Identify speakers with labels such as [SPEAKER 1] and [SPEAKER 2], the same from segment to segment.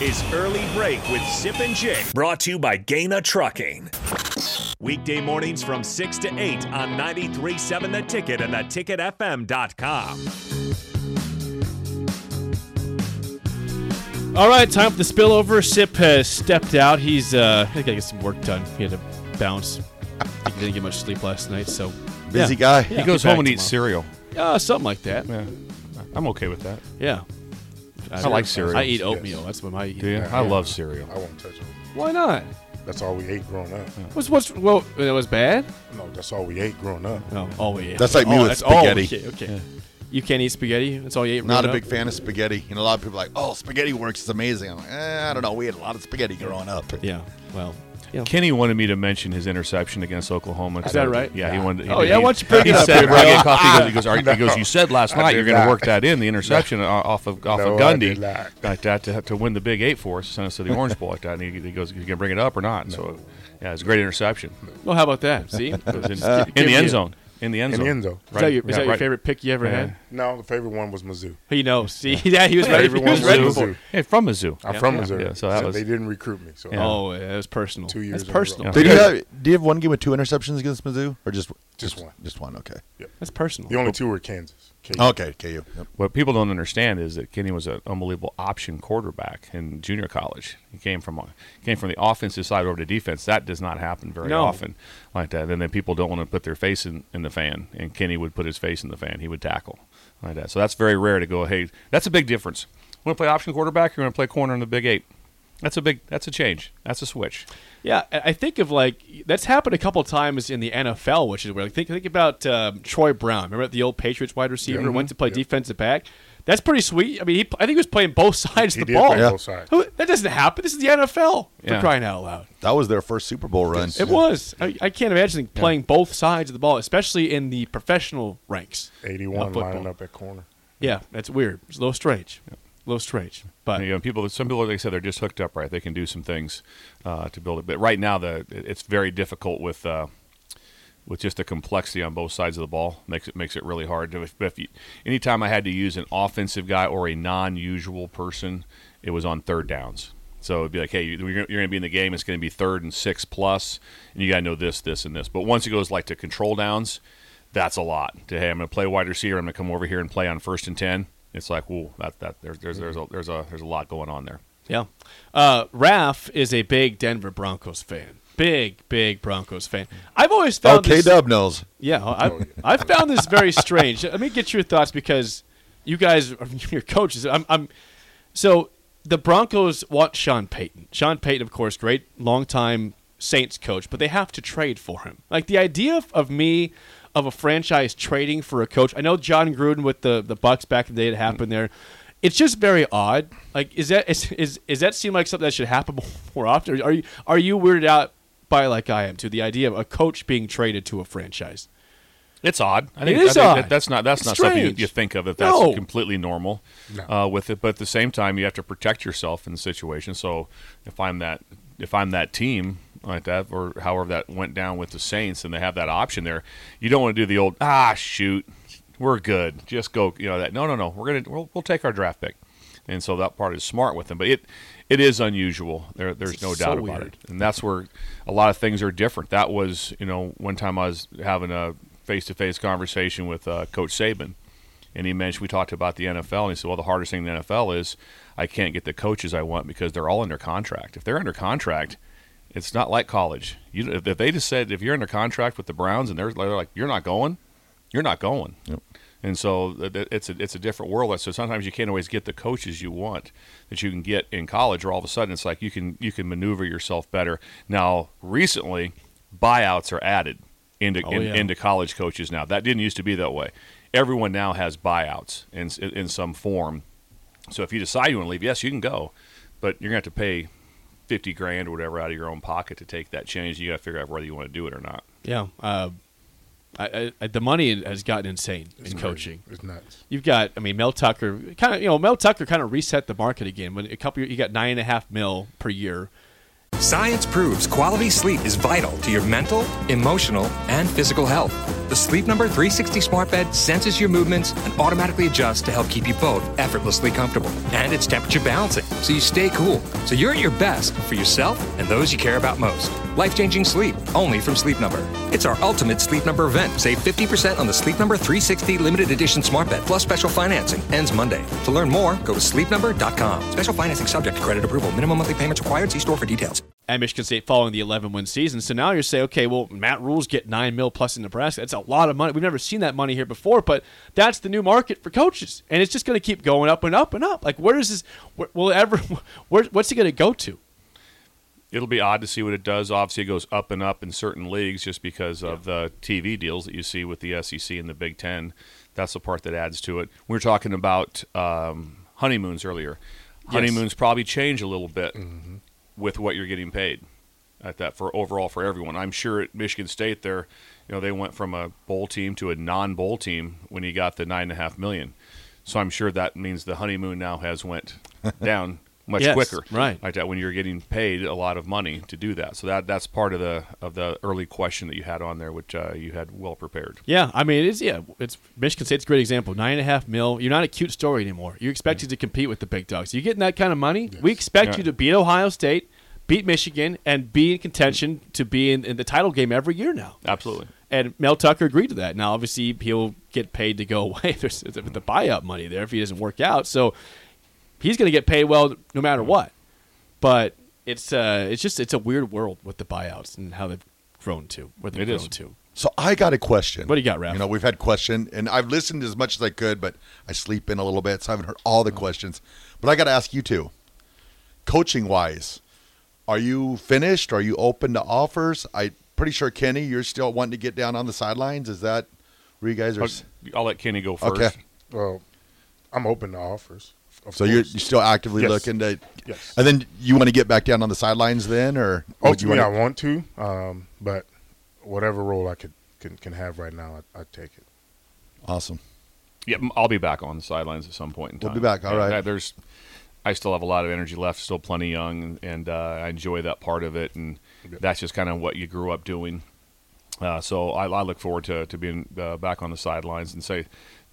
[SPEAKER 1] is Early Break with Zip and Jake, brought to you by Gaina Trucking. Weekday mornings from 6 to 8 on 93.7 The Ticket and theticketfm.com.
[SPEAKER 2] All right, time for the spillover. Sip has stepped out. He's uh, I gotta get some work done. He had to bounce. He didn't get much sleep last night, so
[SPEAKER 3] Busy
[SPEAKER 2] yeah.
[SPEAKER 3] guy.
[SPEAKER 2] Yeah,
[SPEAKER 4] He goes
[SPEAKER 2] be back
[SPEAKER 4] home and eats
[SPEAKER 2] tomorrow.
[SPEAKER 4] cereal.
[SPEAKER 2] Uh, something like that.
[SPEAKER 4] Yeah, I'm okay with that.
[SPEAKER 2] Yeah.
[SPEAKER 4] I like cereal.
[SPEAKER 2] I eat oatmeal. That's what I eat.
[SPEAKER 4] Do you? I love cereal.
[SPEAKER 5] I won't touch it.
[SPEAKER 2] Why not?
[SPEAKER 5] That's all we ate growing up.
[SPEAKER 2] What's what's well? It was bad.
[SPEAKER 5] No, that's all we ate growing up.
[SPEAKER 2] No. Oh yeah.
[SPEAKER 3] That's like me
[SPEAKER 2] Oh,
[SPEAKER 3] with
[SPEAKER 2] that's- oh,
[SPEAKER 3] spaghetti.
[SPEAKER 2] okay. okay. You can't eat spaghetti. That's all you ate.
[SPEAKER 3] Not
[SPEAKER 2] growing
[SPEAKER 3] a big
[SPEAKER 2] up?
[SPEAKER 3] fan of spaghetti. You know, a lot of people are like, oh, spaghetti works. It's amazing. I'm like, eh, I don't know. We had a lot of spaghetti growing up.
[SPEAKER 2] Yeah. Well. You know.
[SPEAKER 4] Kenny wanted me to mention his interception against Oklahoma. Is
[SPEAKER 2] that right?
[SPEAKER 4] Yeah, he wanted.
[SPEAKER 2] Oh,
[SPEAKER 4] he,
[SPEAKER 2] yeah,
[SPEAKER 4] he-
[SPEAKER 2] why don't you pick
[SPEAKER 4] he
[SPEAKER 2] it up
[SPEAKER 4] said,
[SPEAKER 2] here,
[SPEAKER 4] when I
[SPEAKER 2] bro?
[SPEAKER 4] get coffee, he goes, "All right," he goes,
[SPEAKER 5] No,
[SPEAKER 4] "You said last
[SPEAKER 5] I
[SPEAKER 4] night you're
[SPEAKER 5] did
[SPEAKER 4] going to
[SPEAKER 5] not.
[SPEAKER 4] work that in the interception o- off of off
[SPEAKER 5] No,
[SPEAKER 4] of
[SPEAKER 5] I
[SPEAKER 4] Gundy,
[SPEAKER 5] did not.
[SPEAKER 4] like that to, to win the Big Eight for us, send us to the Orange Bowl like that." And he, he goes, "You can bring it up or not?" So, yeah, it's a great interception.
[SPEAKER 2] Well, how about that? See, Is
[SPEAKER 4] It was in,
[SPEAKER 2] Give
[SPEAKER 4] in the
[SPEAKER 2] me
[SPEAKER 4] end
[SPEAKER 2] it.
[SPEAKER 4] zone. In the end
[SPEAKER 5] In
[SPEAKER 4] zone.
[SPEAKER 5] the end zone.
[SPEAKER 4] Right,
[SPEAKER 2] that your, is
[SPEAKER 4] yeah,
[SPEAKER 2] that your
[SPEAKER 4] right.
[SPEAKER 2] favorite pick you ever
[SPEAKER 4] Yeah.
[SPEAKER 2] had?
[SPEAKER 5] No, the favorite one was Mizzou.
[SPEAKER 2] He knows. See, yeah, he was ready. He was
[SPEAKER 5] Everyone's
[SPEAKER 2] ready
[SPEAKER 5] Mizzou.
[SPEAKER 2] for.
[SPEAKER 5] it.
[SPEAKER 4] Hey, from Mizzou.
[SPEAKER 5] I'm from
[SPEAKER 4] Yeah,
[SPEAKER 5] Missouri.
[SPEAKER 4] yeah, so that was-
[SPEAKER 5] they didn't recruit me. So
[SPEAKER 4] Yeah.
[SPEAKER 2] Oh, yeah, that was personal.
[SPEAKER 5] Two years
[SPEAKER 2] That's
[SPEAKER 5] in a row.
[SPEAKER 2] personal.
[SPEAKER 4] Yeah.
[SPEAKER 3] Did you have Do you have one game with two interceptions against Mizzou, or just
[SPEAKER 5] Just one.
[SPEAKER 3] Just one. Okay.
[SPEAKER 2] That's personal.
[SPEAKER 5] the only two were Kansas. KU.
[SPEAKER 4] Oh.
[SPEAKER 3] Okay. KU. Yep.
[SPEAKER 4] What people don't understand is that Kenny was an unbelievable option quarterback in junior college. He came from came from the offensive side over to defense. That does not happen very
[SPEAKER 2] No.
[SPEAKER 4] often like that. And then people don't want to put their face in, in the fan. And Kenny would put his face in the fan. He would tackle like that. So that's very rare to go. Hey, that's a big difference. Want to play option quarterback? You're going to play corner in the Big Eight. That's a big. That's a change. That's a switch.
[SPEAKER 2] Yeah, I I think of like that's happened a couple times in the NFL, which is where like think think about um, Troy Brown. Remember the old Patriots wide receiver went to play defensive back. That's pretty sweet. I mean, he, I think he was playing both sides
[SPEAKER 5] He
[SPEAKER 2] of the
[SPEAKER 5] did
[SPEAKER 2] ball.
[SPEAKER 5] play Yeah. both sides.
[SPEAKER 2] Who- That doesn't happen. This is the NFL for
[SPEAKER 4] Yeah.
[SPEAKER 2] crying out loud.
[SPEAKER 3] That was their first Super Bowl run. Oh,
[SPEAKER 2] It was. I, I can't imagine playing both sides of the ball, especially in the professional ranks.
[SPEAKER 5] 81
[SPEAKER 2] Of football.
[SPEAKER 5] lining up at corner.
[SPEAKER 2] Yeah, that's weird. It's a little strange. A little strange. But
[SPEAKER 4] You know, people. Some people, like I said, they're just hooked up right. They can do some things uh, to build it. But right now, the it's very difficult with uh, with just the complexity on both sides of the ball makes it makes it really hard. If, if you, anytime I had to use an offensive guy or a non-usual person, it was on third downs. So it'd be like, hey, you're, you're going to be in the game. It's going to be third and six plus, and you got to know this, this, and this. But once it goes like to control downs, that's a lot. To hey, I'm going to play wide receiver. I'm going to come over here and play on first and ten. It's like, whoa, that that there's there's there's a there's a there's a lot going on there.
[SPEAKER 2] Yeah. Uh, Raf is a big Denver Broncos fan. Big, big Broncos fan. I've always
[SPEAKER 3] Oh,
[SPEAKER 2] found
[SPEAKER 3] K
[SPEAKER 2] this-
[SPEAKER 3] Dub knows.
[SPEAKER 2] Yeah, I, I found this very strange. Let me get your thoughts because you guys, are your coaches. I'm, I'm so the Broncos want Sean Payton. Sean Payton, of course, great longtime Saints coach, but they have to trade for him. Like the idea of, of me of a franchise trading for a coach. I know John Gruden with the the Bucks back in the day it happened there. It's just very odd. Like is that is is, is that seem like something that should happen more often? Or are you are you weirded out by like I am to the idea of a coach being traded to a franchise?
[SPEAKER 4] It's odd. I
[SPEAKER 2] It is
[SPEAKER 4] I think
[SPEAKER 2] odd.
[SPEAKER 4] That, that's not that's
[SPEAKER 2] It's
[SPEAKER 4] not something you,
[SPEAKER 2] strange.
[SPEAKER 4] you think of. If that's
[SPEAKER 2] No.
[SPEAKER 4] completely normal
[SPEAKER 5] No.
[SPEAKER 4] uh, with it, but at the same time, you have to protect yourself in the situation. So if I'm that if I'm that team like that, or however that went down with the Saints, and they have that option there, you don't want to do the old ah shoot, we're good, just go. You know that no no no, we're gonna we'll, we'll take our draft pick, and so that part is smart with them. But it it is unusual. There there's no
[SPEAKER 2] so
[SPEAKER 4] doubt about
[SPEAKER 2] weird.
[SPEAKER 4] it and that's where a lot of things are different. That was, you know, one time I was having a face-to-face conversation with uh, Coach Saban, and he mentioned we talked about the NFL, and he said, "Well, the hardest thing in the NFL is I can't get the coaches I want because they're all under contract. If they're under contract, it's not like college. You, if if they just said if you're under contract with the Browns and they're, they're like you're not going, you're not going." And so uh, th- th- it's a, it's a different world. So sometimes you can't always get the coaches you want that you can get in college, or all of a sudden it's like you can you can maneuver yourself better. Now recently, buyouts are added into
[SPEAKER 2] Oh,
[SPEAKER 4] in-
[SPEAKER 2] yeah.
[SPEAKER 4] into college coaches now. That didn't used to be that way. Everyone now has buyouts in s- in some form. So if you decide you want to leave, yes, you can go, but you're gonna have to pay fifty grand or whatever out of your own pocket to take that change. You got to figure out whether you want to do it or not.
[SPEAKER 2] Yeah. Uh, I, I, the money has gotten insane in coaching.
[SPEAKER 5] It's nuts.
[SPEAKER 2] You've got, I mean, Mel Tucker kind of, you know, Mel Tucker kind of reset the market again. When a couple, you got nine and a half mil per year.
[SPEAKER 6] Science proves quality sleep is vital to your mental, emotional, and physical health. The Sleep Number 360 smart bed senses your movements and automatically adjusts to help keep you both effortlessly comfortable. And it's temperature balancing, so you stay cool. So you're at your best for yourself and those you care about most. Life-changing sleep, only from Sleep Number. It's our ultimate Sleep Number event. Save 50% on the Sleep Number 360 limited edition smart bed plus special financing ends Monday. To learn more, go to sleepnumber.com. Special financing subject to credit approval. Minimum monthly payments required. See store for details.
[SPEAKER 2] at Michigan State following the 11 win season. So now you're saying, okay, well, Matt Rules get nine mil plus in Nebraska. That's a lot of money. We've never seen that money here before, but that's the new market for coaches, and it's just going to keep going up and up and up. Like, where is this? Where, will it ever? Where, what's he going to go to?
[SPEAKER 4] It'll be odd to see what it does. Obviously, it goes up and up in certain leagues just because of the TV deals that you see with the SEC and the Big Ten. That's the part that adds to it. We were talking about um, honeymoons earlier. Honeymoons probably change a little bit with what you're getting paid at that for overall for everyone. I'm sure at Michigan State, there, you know, they went from a bowl team to a non-bowl team when he got the nine and a half million. So I'm sure that means the honeymoon now has went down much
[SPEAKER 2] Yes,
[SPEAKER 4] quicker,
[SPEAKER 2] right.
[SPEAKER 4] Like that when you're getting paid a lot of money to do that. So that that's part of the of the early question that you had on there, which uh, you had well prepared.
[SPEAKER 2] Yeah, I mean, it is. Yeah, it's Michigan State's a great example. Nine and a half mil. You're not a cute story anymore. You're expected to compete with the big dogs. You're getting that kind of money. We expect
[SPEAKER 4] Yeah.
[SPEAKER 2] you to beat Ohio State, beat Michigan, and be in contention to be in, in the title game every year now.
[SPEAKER 4] Absolutely.
[SPEAKER 2] And Mel Tucker agreed to that. Now, obviously, he'll get paid to go away. There's the buyout money there if he doesn't work out. So he's going to get paid well no matter what. But it's uh, it's just it's a weird world with the buyouts and how they've grown to. Where they've
[SPEAKER 4] It
[SPEAKER 2] grown
[SPEAKER 4] is.
[SPEAKER 2] to.
[SPEAKER 3] So I got a question.
[SPEAKER 2] What do you got, Ralph?
[SPEAKER 3] You know, we've had question, and I've listened as much as I could, but I sleep in a little bit, so I haven't heard all the
[SPEAKER 2] Oh.
[SPEAKER 3] questions. But I got to ask you two, coaching wise, are you finished? Are you open to offers? I pretty sure Kenny, you're still wanting to get down on the sidelines. Is that where you guys are?
[SPEAKER 2] Oh,
[SPEAKER 4] I'll,
[SPEAKER 3] s-
[SPEAKER 4] I'll let Kenny go first.
[SPEAKER 3] Okay.
[SPEAKER 5] Well, I'm open to offers. of
[SPEAKER 3] So you're,
[SPEAKER 5] course.
[SPEAKER 3] you're still actively
[SPEAKER 5] Yes.
[SPEAKER 3] looking to,
[SPEAKER 5] Yes.
[SPEAKER 3] and then you want to get back down on the sidelines then, or
[SPEAKER 2] Oh,
[SPEAKER 3] would you
[SPEAKER 5] ultimately I
[SPEAKER 3] wanna-
[SPEAKER 5] want to, um, but whatever role I could can, can have right now, I, I take it.
[SPEAKER 3] awesome.
[SPEAKER 4] Yeah, m- I'll be back on the sidelines at some point in time.
[SPEAKER 3] We'll be back, all
[SPEAKER 4] Yeah,
[SPEAKER 3] right.
[SPEAKER 4] that- There's, I still have a lot of energy left. Still plenty young, and, and uh, I enjoy that part of it. And that's just kind of what you grew up doing. Uh, so I, I look forward to to being uh, back on the sidelines and say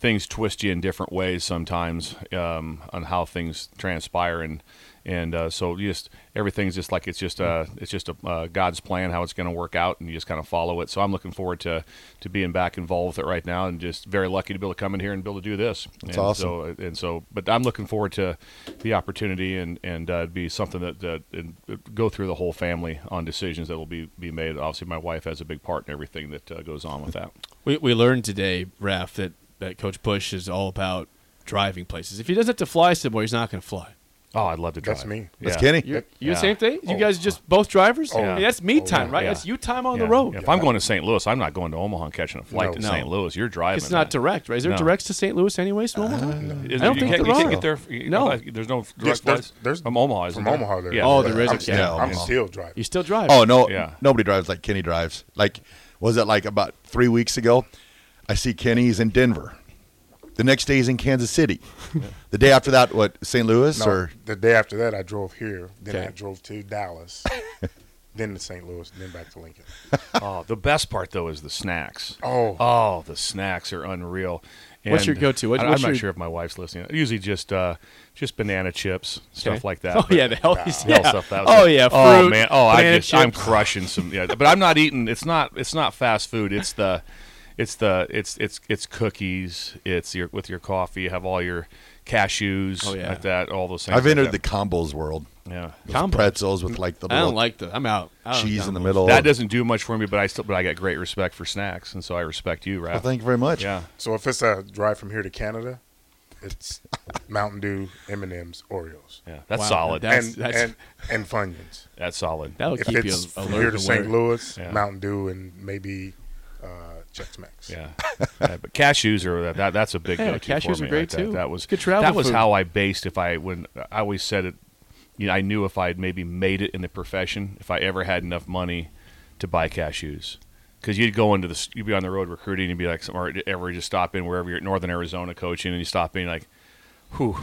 [SPEAKER 4] things twist you in different ways sometimes um, on how things transpire and and uh, so you just everything's just like it's just uh it's just a uh, God's plan how it's going to work out and you just kind of follow it. So I'm looking forward to to being back involved with it right now and just very lucky to be able to come in here and be able to do this.
[SPEAKER 3] That's
[SPEAKER 4] and
[SPEAKER 3] awesome.
[SPEAKER 4] So, and so, but I'm looking forward to the opportunity and and uh, it'd be something that, that and uh, go through the whole family on decisions that will be be made. Obviously, my wife has a big part in everything that uh, goes on with that.
[SPEAKER 2] We, we learned today, Raf, that, that Coach Bush is all about driving places. If he doesn't have to fly somewhere, he's not going to fly.
[SPEAKER 4] Oh, I'd love to drive.
[SPEAKER 5] That's me.
[SPEAKER 3] That's
[SPEAKER 4] Yeah.
[SPEAKER 3] Kenny.
[SPEAKER 2] You, you
[SPEAKER 4] Yeah.
[SPEAKER 2] the same thing? You
[SPEAKER 5] Oh.
[SPEAKER 2] guys just both drivers?
[SPEAKER 5] Oh,
[SPEAKER 2] I mean, that's me
[SPEAKER 5] yeah.
[SPEAKER 2] time,
[SPEAKER 5] Oh,
[SPEAKER 2] right?
[SPEAKER 4] yeah.
[SPEAKER 2] That's you time on
[SPEAKER 4] Yeah.
[SPEAKER 2] the road.
[SPEAKER 4] If I'm going to St. Louis, I'm not going to Omaha and catching a flight to
[SPEAKER 5] No.
[SPEAKER 4] St.
[SPEAKER 5] No.
[SPEAKER 4] Louis. You're driving.
[SPEAKER 2] It's not
[SPEAKER 4] that.
[SPEAKER 2] direct, right? Is there
[SPEAKER 4] No. Uh,
[SPEAKER 2] directs to St. Louis anyways from Omaha?
[SPEAKER 4] Is-
[SPEAKER 2] I don't
[SPEAKER 4] you
[SPEAKER 2] think
[SPEAKER 4] can't,
[SPEAKER 2] there
[SPEAKER 4] you
[SPEAKER 2] are.
[SPEAKER 4] can't get there. you
[SPEAKER 2] No.
[SPEAKER 4] know, like, there's no direct
[SPEAKER 5] Yes, there's-
[SPEAKER 4] flights.
[SPEAKER 5] there's-
[SPEAKER 4] from Omaha. Isn't
[SPEAKER 5] From
[SPEAKER 4] there?
[SPEAKER 5] Omaha, there.
[SPEAKER 4] Yeah.
[SPEAKER 2] Oh, there is.
[SPEAKER 5] I'm,
[SPEAKER 2] Okay.
[SPEAKER 3] Yeah.
[SPEAKER 5] I'm
[SPEAKER 3] Yeah.
[SPEAKER 5] still driving.
[SPEAKER 2] You still drive.
[SPEAKER 3] Oh no,
[SPEAKER 4] Yeah.
[SPEAKER 3] nobody drives like Kenny drives. Like, was it like about three weeks ago? I see Kenny. He's in Denver. The next day he's in Kansas City. The day after that, what St. Louis
[SPEAKER 5] No,
[SPEAKER 3] or
[SPEAKER 5] the day after that, I drove here. Then I
[SPEAKER 2] Okay.
[SPEAKER 5] drove to Dallas, then to St. Louis, then back to Lincoln.
[SPEAKER 4] Oh, the best part though is the snacks.
[SPEAKER 5] Oh.
[SPEAKER 4] oh, the snacks are unreal.
[SPEAKER 2] What's
[SPEAKER 4] And
[SPEAKER 2] your go-to? What-
[SPEAKER 4] I-
[SPEAKER 2] what's
[SPEAKER 4] I'm
[SPEAKER 2] your-
[SPEAKER 4] not sure if my wife's listening. Usually just uh, just banana chips, stuff like that.
[SPEAKER 2] Oh,
[SPEAKER 4] But-
[SPEAKER 2] yeah, the healthy
[SPEAKER 4] the
[SPEAKER 2] yeah.
[SPEAKER 4] health stuff. That was
[SPEAKER 2] Oh,
[SPEAKER 4] it.
[SPEAKER 2] yeah.
[SPEAKER 4] Oh
[SPEAKER 2] fruit,
[SPEAKER 4] man. Oh, I
[SPEAKER 2] banana
[SPEAKER 4] just, I'm
[SPEAKER 2] chips.
[SPEAKER 4] crushing some. Yeah, but I'm not eating. It's not. It's not fast food. It's the. It's the. It's it's it's cookies. It's your with your coffee. You have all your cashews
[SPEAKER 2] Oh, yeah.
[SPEAKER 4] like that. All those things.
[SPEAKER 3] I've
[SPEAKER 4] like
[SPEAKER 3] entered the
[SPEAKER 4] that.
[SPEAKER 3] combos world.
[SPEAKER 4] Yeah.
[SPEAKER 3] Those
[SPEAKER 2] Combos?
[SPEAKER 3] pretzels with like the
[SPEAKER 2] I
[SPEAKER 3] little
[SPEAKER 2] don't like the. I'm out. I don't-
[SPEAKER 3] cheese in the
[SPEAKER 2] I'm-
[SPEAKER 3] middle.
[SPEAKER 4] That doesn't do much for me, but I still. But I got great respect for snacks, and so I respect you,
[SPEAKER 3] Well,
[SPEAKER 4] Raph.
[SPEAKER 3] thank you very much.
[SPEAKER 4] Yeah.
[SPEAKER 5] So if it's a drive from here to Canada, it's Mountain Dew, M and M's, Oreos,
[SPEAKER 4] Yeah. That's
[SPEAKER 2] Wow.
[SPEAKER 4] solid.
[SPEAKER 2] That- That's-
[SPEAKER 5] and
[SPEAKER 2] that's-
[SPEAKER 5] and and Funyuns.
[SPEAKER 4] that's solid.
[SPEAKER 2] That would
[SPEAKER 5] If
[SPEAKER 2] keep you
[SPEAKER 5] it's from
[SPEAKER 2] alert
[SPEAKER 5] here
[SPEAKER 2] to
[SPEAKER 5] to St.
[SPEAKER 2] where-
[SPEAKER 5] Louis,
[SPEAKER 4] Yeah.
[SPEAKER 5] Mountain Dew, and maybe uh, Chex Mix.
[SPEAKER 4] Yeah. Yeah, but cashews are that, that that's a big
[SPEAKER 2] Yeah,
[SPEAKER 4] go-to
[SPEAKER 2] cashews
[SPEAKER 4] for me.
[SPEAKER 2] are great,
[SPEAKER 4] Like that-
[SPEAKER 2] too.
[SPEAKER 4] That, was
[SPEAKER 2] Good travel
[SPEAKER 4] That was
[SPEAKER 2] food.
[SPEAKER 4] how I based if I when I always said it. You know, I knew if I'd maybe made it in the profession, if I ever had enough money to buy cashews, because you'd go into the s- you'd be on the road recruiting, you'd be like, or ever just stop in wherever you're at Northern Arizona coaching, and you stop in you're like, whew.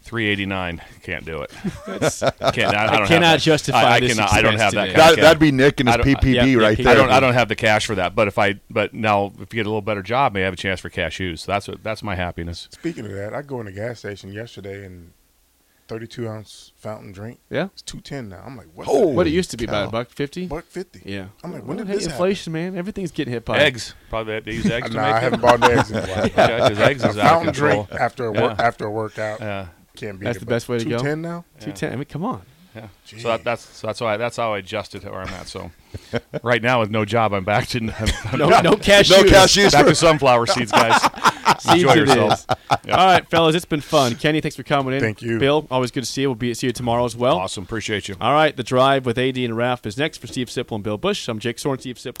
[SPEAKER 4] 389. Can't do it.
[SPEAKER 2] That's-
[SPEAKER 4] Can't, I, I, don't have
[SPEAKER 2] cannot
[SPEAKER 4] that.
[SPEAKER 2] justify
[SPEAKER 4] I, I
[SPEAKER 2] this
[SPEAKER 4] cannot. I don't
[SPEAKER 2] expense
[SPEAKER 4] have that.
[SPEAKER 2] today.
[SPEAKER 4] kind of
[SPEAKER 3] That,
[SPEAKER 4] cash.
[SPEAKER 3] that'd be Nick and his
[SPEAKER 4] I don't- uh,
[SPEAKER 2] uh,
[SPEAKER 3] PPD
[SPEAKER 2] yeah,
[SPEAKER 3] right
[SPEAKER 2] yeah,
[SPEAKER 3] there.
[SPEAKER 4] I don't. I don't have the cash for that. But if I, but now if you get a little better job, may have a chance for cashews. That's what. That's my happiness.
[SPEAKER 5] Speaking of that, I go in a gas station yesterday and 32 ounce fountain drink.
[SPEAKER 2] Yeah.
[SPEAKER 5] It's 210 now. I'm like, what?
[SPEAKER 3] Oh.
[SPEAKER 5] Oh,
[SPEAKER 2] what it used to be
[SPEAKER 3] Holy
[SPEAKER 2] about a buck fifty.
[SPEAKER 5] buck 50.
[SPEAKER 2] Yeah.
[SPEAKER 5] I'm like,
[SPEAKER 2] Well,
[SPEAKER 5] when did
[SPEAKER 2] hey,
[SPEAKER 5] this happen?
[SPEAKER 2] inflation, man? Everything's getting hit by
[SPEAKER 4] Eggs. Probably they use eggs to
[SPEAKER 5] Nah, I
[SPEAKER 4] make
[SPEAKER 5] haven't
[SPEAKER 4] it.
[SPEAKER 5] bought the eggs in a while.
[SPEAKER 4] Yeah, 'cause eggs
[SPEAKER 5] a
[SPEAKER 4] is out
[SPEAKER 5] fountain
[SPEAKER 4] of control.
[SPEAKER 5] drink after a work,
[SPEAKER 4] Yeah.
[SPEAKER 5] after a workout
[SPEAKER 4] Yeah.
[SPEAKER 5] can't be.
[SPEAKER 2] That's the best way to go.
[SPEAKER 5] 210 now.
[SPEAKER 2] Two ten. I mean, come on.
[SPEAKER 4] Yeah. So that, that's so that's why that's how I adjusted to where I'm at. So right now with no job, I'm back to I'm
[SPEAKER 2] No, no cash.
[SPEAKER 3] No cashews.
[SPEAKER 4] back to sunflower seeds, guys. Enjoy yourselves.
[SPEAKER 2] All right, fellas, it's been fun. Kenny, thanks for coming in.
[SPEAKER 5] Thank you.
[SPEAKER 2] Bill, always good to see you. We'll be see you tomorrow as well.
[SPEAKER 4] Awesome, appreciate you.
[SPEAKER 2] All right, the drive with AD and Raf is next for Steve Sipple and Bill Bush. I'm Jake Sorensen, Steve Sipple.